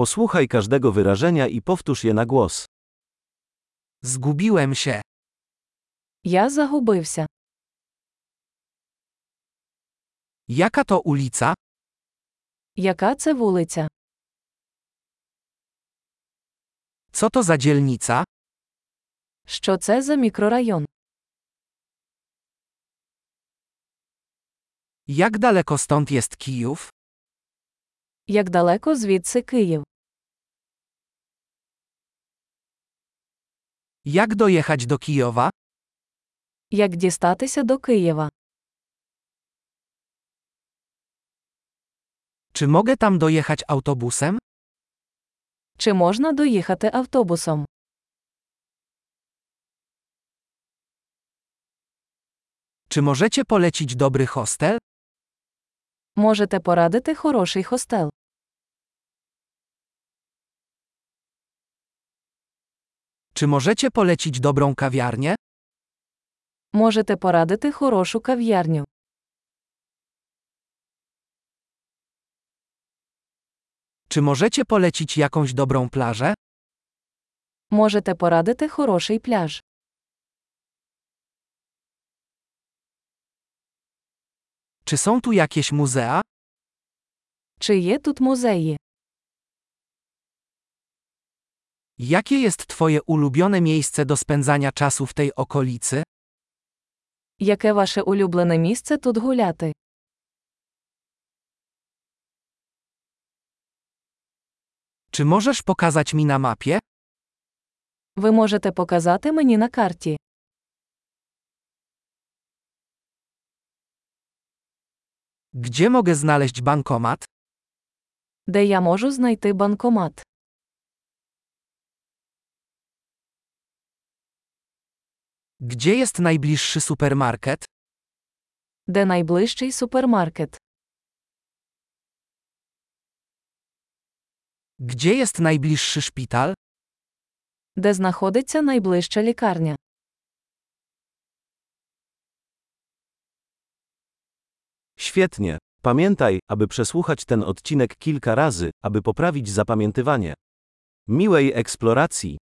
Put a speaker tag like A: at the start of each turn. A: Posłuchaj każdego wyrażenia i powtórz je na głos.
B: Zgubiłem się.
C: Я загубився.
B: Jaka to ulica?
C: Яка це вулиця?
B: Co to za dzielnica?
C: Що це за мікрорайон?
B: Jak daleko stąd jest Kijów?
C: Як далеко звідси Київ?
B: Jak dojechać do Kijowa?
C: Як дістатися до Києва?
B: Czy mogę tam dojechać autobusem?
C: Чи можна доїхати автобусом?
B: Czy możecie polecić dobry hostel?
C: Можете порадити хороший хостел.
B: Czy możecie polecić dobrą kawiarnię?
C: Можете порадити хорошу кав'ярню.
B: Czy możecie polecić jakąś dobrą plażę?
C: Можете порадити хороший пляж.
B: Czy są tu jakieś muzea?
C: Чи є тут музеї?
B: Jakie jest Twoje ulubione miejsce do spędzania czasu w tej okolicy?
C: Яке ваше улюблене місце тут гуляти?
B: Czy możesz pokazać mi na mapie?
C: Ви можете показати мені на карті.
B: Gdzie mogę znaleźć bankomat?
C: Де я можу знайти банкомат?
B: Gdzie jest najbliższy supermarket?
C: Де найближчий супермаркет?
B: Gdzie jest najbliższy szpital?
C: Де знаходиться найближча лікарня?
A: Świetnie. Pamiętaj, aby przesłuchać ten odcinek kilka razy, aby poprawić zapamiętywanie. Miłej eksploracji!